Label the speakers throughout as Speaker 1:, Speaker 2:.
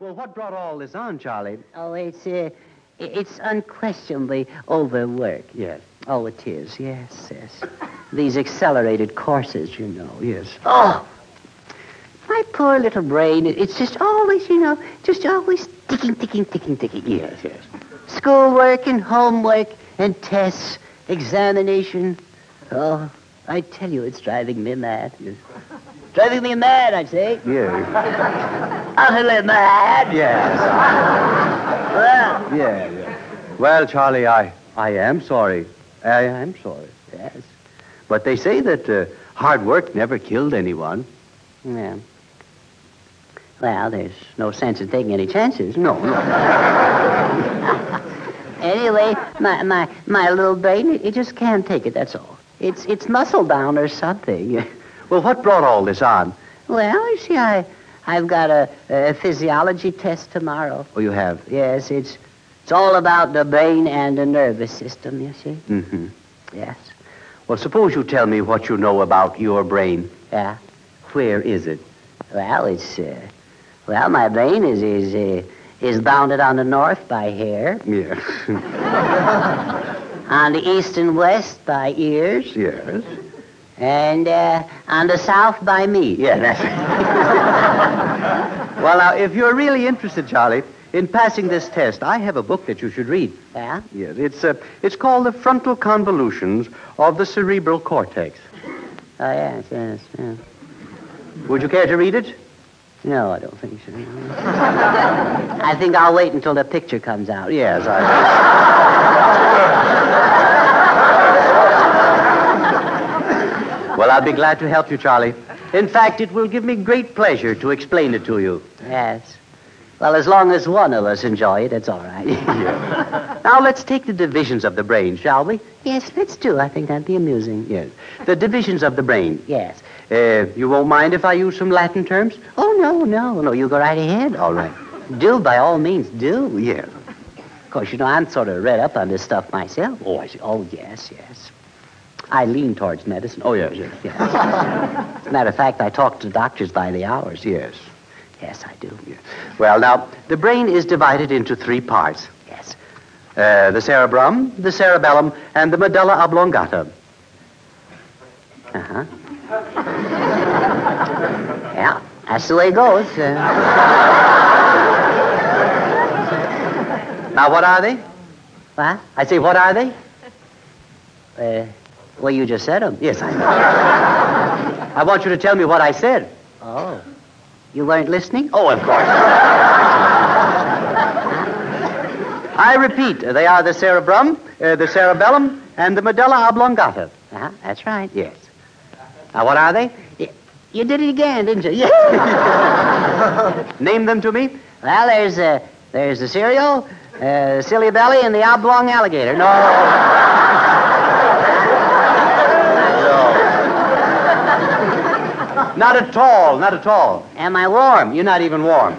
Speaker 1: Well, what brought all this on, Charlie?
Speaker 2: Oh, it's uh, i- it's unquestionably overwork.
Speaker 1: Yes.
Speaker 2: Oh, it is. Yes, yes. These accelerated courses, you know.
Speaker 1: Yes.
Speaker 2: Oh, my poor little brain. it- It's just always, you know, just always ticking, ticking, ticking, ticking.
Speaker 1: Yes, yes.
Speaker 2: Schoolwork and homework and tests, examination. Oh, I tell you, it's driving me mad. Driving me mad, I'd say.
Speaker 1: Yes.
Speaker 2: Utterly mad. Ah.
Speaker 1: Yes.
Speaker 2: Well,
Speaker 1: Yeah, yeah. Well, Charlie, I, I am sorry. I am sorry. Yes. But they say that uh, hard work never killed anyone.
Speaker 2: Yeah. Well, there's no sense in taking any chances.
Speaker 1: No, no.
Speaker 2: Anyway, my, my, my little brain, it, it just can't take it, that's all. It's, it's muscle bound or something.
Speaker 1: Well, what brought all this on?
Speaker 2: Well, you see, I, I've got a, a physiology test tomorrow.
Speaker 1: Oh, you have.
Speaker 2: Yes, it's, it's all about the brain and the nervous system, you see.
Speaker 1: Mm-hmm.
Speaker 2: Yes.
Speaker 1: Well, suppose you tell me what you know about your brain.
Speaker 2: Yeah.
Speaker 1: Where is it?
Speaker 2: Well, it's, uh, well, my brain is, is, uh, is bounded on the north by hair,
Speaker 1: Yes.
Speaker 2: on the east and west by ears,
Speaker 1: yes.
Speaker 2: And uh, on the south by me.
Speaker 1: Yeah, that's it. well, now, if you're really interested, Charlie, in passing this test, I have a book that you should read.
Speaker 2: Yeah?
Speaker 1: Yes, it's, uh, it's called The Frontal Convolutions of the Cerebral Cortex.
Speaker 2: Oh, yes, yes, yes.
Speaker 1: Would you care to read it?
Speaker 2: No, I don't think so. I think I'll wait until the picture comes out.
Speaker 1: Yes, I. well, I'll be glad to help you, Charlie. In fact, it will give me great pleasure to explain it to you.
Speaker 2: Yes. Well, as long as one of us enjoy it, it's all right.
Speaker 1: Now, let's take the divisions of the brain, shall we?
Speaker 2: yes, let's do. I think that'd be amusing.
Speaker 1: Yes. The divisions of the brain.
Speaker 2: Yes.
Speaker 1: Uh, you won't mind if I use some Latin terms?
Speaker 2: Oh, no, no, no. You go right ahead.
Speaker 1: All right.
Speaker 2: Do, by all means, do.
Speaker 1: Yeah.
Speaker 2: Of course, you know, I'm sort of read up on this stuff myself.
Speaker 1: Oh, I see.
Speaker 2: Oh, yes, yes. I lean towards medicine.
Speaker 1: Oh, yes, yes.
Speaker 2: yes. As a matter of fact, I talk to doctors by the hours.
Speaker 1: Yes.
Speaker 2: Yes, I do.
Speaker 1: Well, now, the brain is divided into three parts
Speaker 2: Yes.
Speaker 1: uh, the cerebrum, the cerebellum, and the medulla oblongata.
Speaker 2: Uh huh. yeah, that's the way it goes. Uh,
Speaker 1: Now, what are they?
Speaker 2: what?
Speaker 1: I say, what are they?
Speaker 2: Uh, well, you just said oh. them.
Speaker 1: Yes, I know. I want you to tell me what I said.
Speaker 2: Oh. You weren't listening?
Speaker 1: Oh, of course. I repeat, they are the cerebrum, uh, the cerebellum, and the medulla oblongata.
Speaker 2: Uh-huh, that's right.
Speaker 1: Yes. Now, what are they?
Speaker 2: You did it again, didn't you? Yeah.
Speaker 1: Name them to me.
Speaker 2: well, there's uh, there's the cereal, uh, silly belly, and the oblong alligator. No.
Speaker 1: Not at all, not at all.
Speaker 2: Am I warm?
Speaker 1: You're not even warm.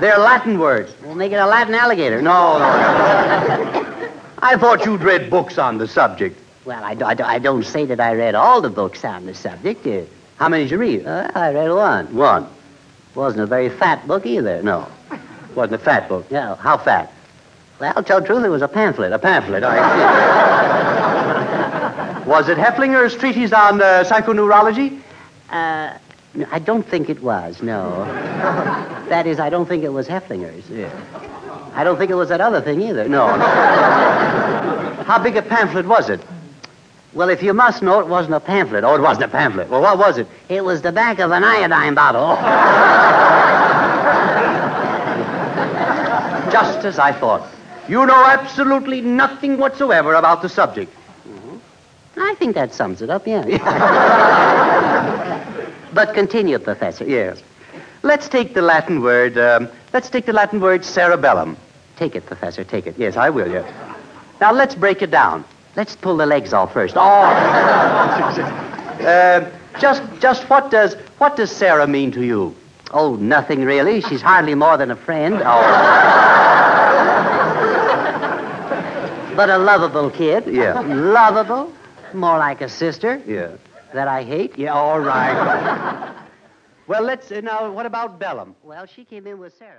Speaker 1: They're Latin words.
Speaker 2: We'll make it a Latin alligator.
Speaker 1: No, no. I thought you'd read books on the subject.
Speaker 2: Well, I, do, I, do, I don't say that I read all the books on the subject. Uh,
Speaker 1: How many did you read?
Speaker 2: uh, I read one.
Speaker 1: One.
Speaker 2: Wasn't a very fat book either.
Speaker 1: No. Wasn't a fat book.
Speaker 2: No.
Speaker 1: How fat?
Speaker 2: Well, to tell the truth, it was a pamphlet.
Speaker 1: A pamphlet, I see. Was it Hefflinger's treatise on uh, psychoneurology?
Speaker 2: Uh, no, I don't think it was, no. that is, I don't think it was Hefflinger's.
Speaker 1: Yeah.
Speaker 2: I don't think it was that other thing either.
Speaker 1: No, no. How big a pamphlet was it?
Speaker 2: Well, if you must know, it wasn't a pamphlet.
Speaker 1: Oh, it wasn't a pamphlet. Well, what was it?
Speaker 2: It was the back of an iodine bottle. Oh.
Speaker 1: Just as I thought. You know absolutely nothing whatsoever about the subject.
Speaker 2: I think that sums it up, yeah. but continue, Professor.
Speaker 1: Yes. Let's take the Latin word. Um, let's take the Latin word cerebellum.
Speaker 2: Take it, Professor, take it.
Speaker 1: Yes, I will. Yes. Now let's break it down.
Speaker 2: Let's pull the legs off first.
Speaker 1: Oh. Uh, just, just what does what does Sarah mean to you?
Speaker 2: Oh, nothing really. She's hardly more than a friend,
Speaker 1: Oh,
Speaker 2: but a lovable kid.
Speaker 1: Yeah.
Speaker 2: Lovable. More like a sister
Speaker 1: yeah.
Speaker 2: that I hate.
Speaker 1: Yeah. All right. well, let's uh, now. What about Bellum?
Speaker 2: Well, she came in with Sarah.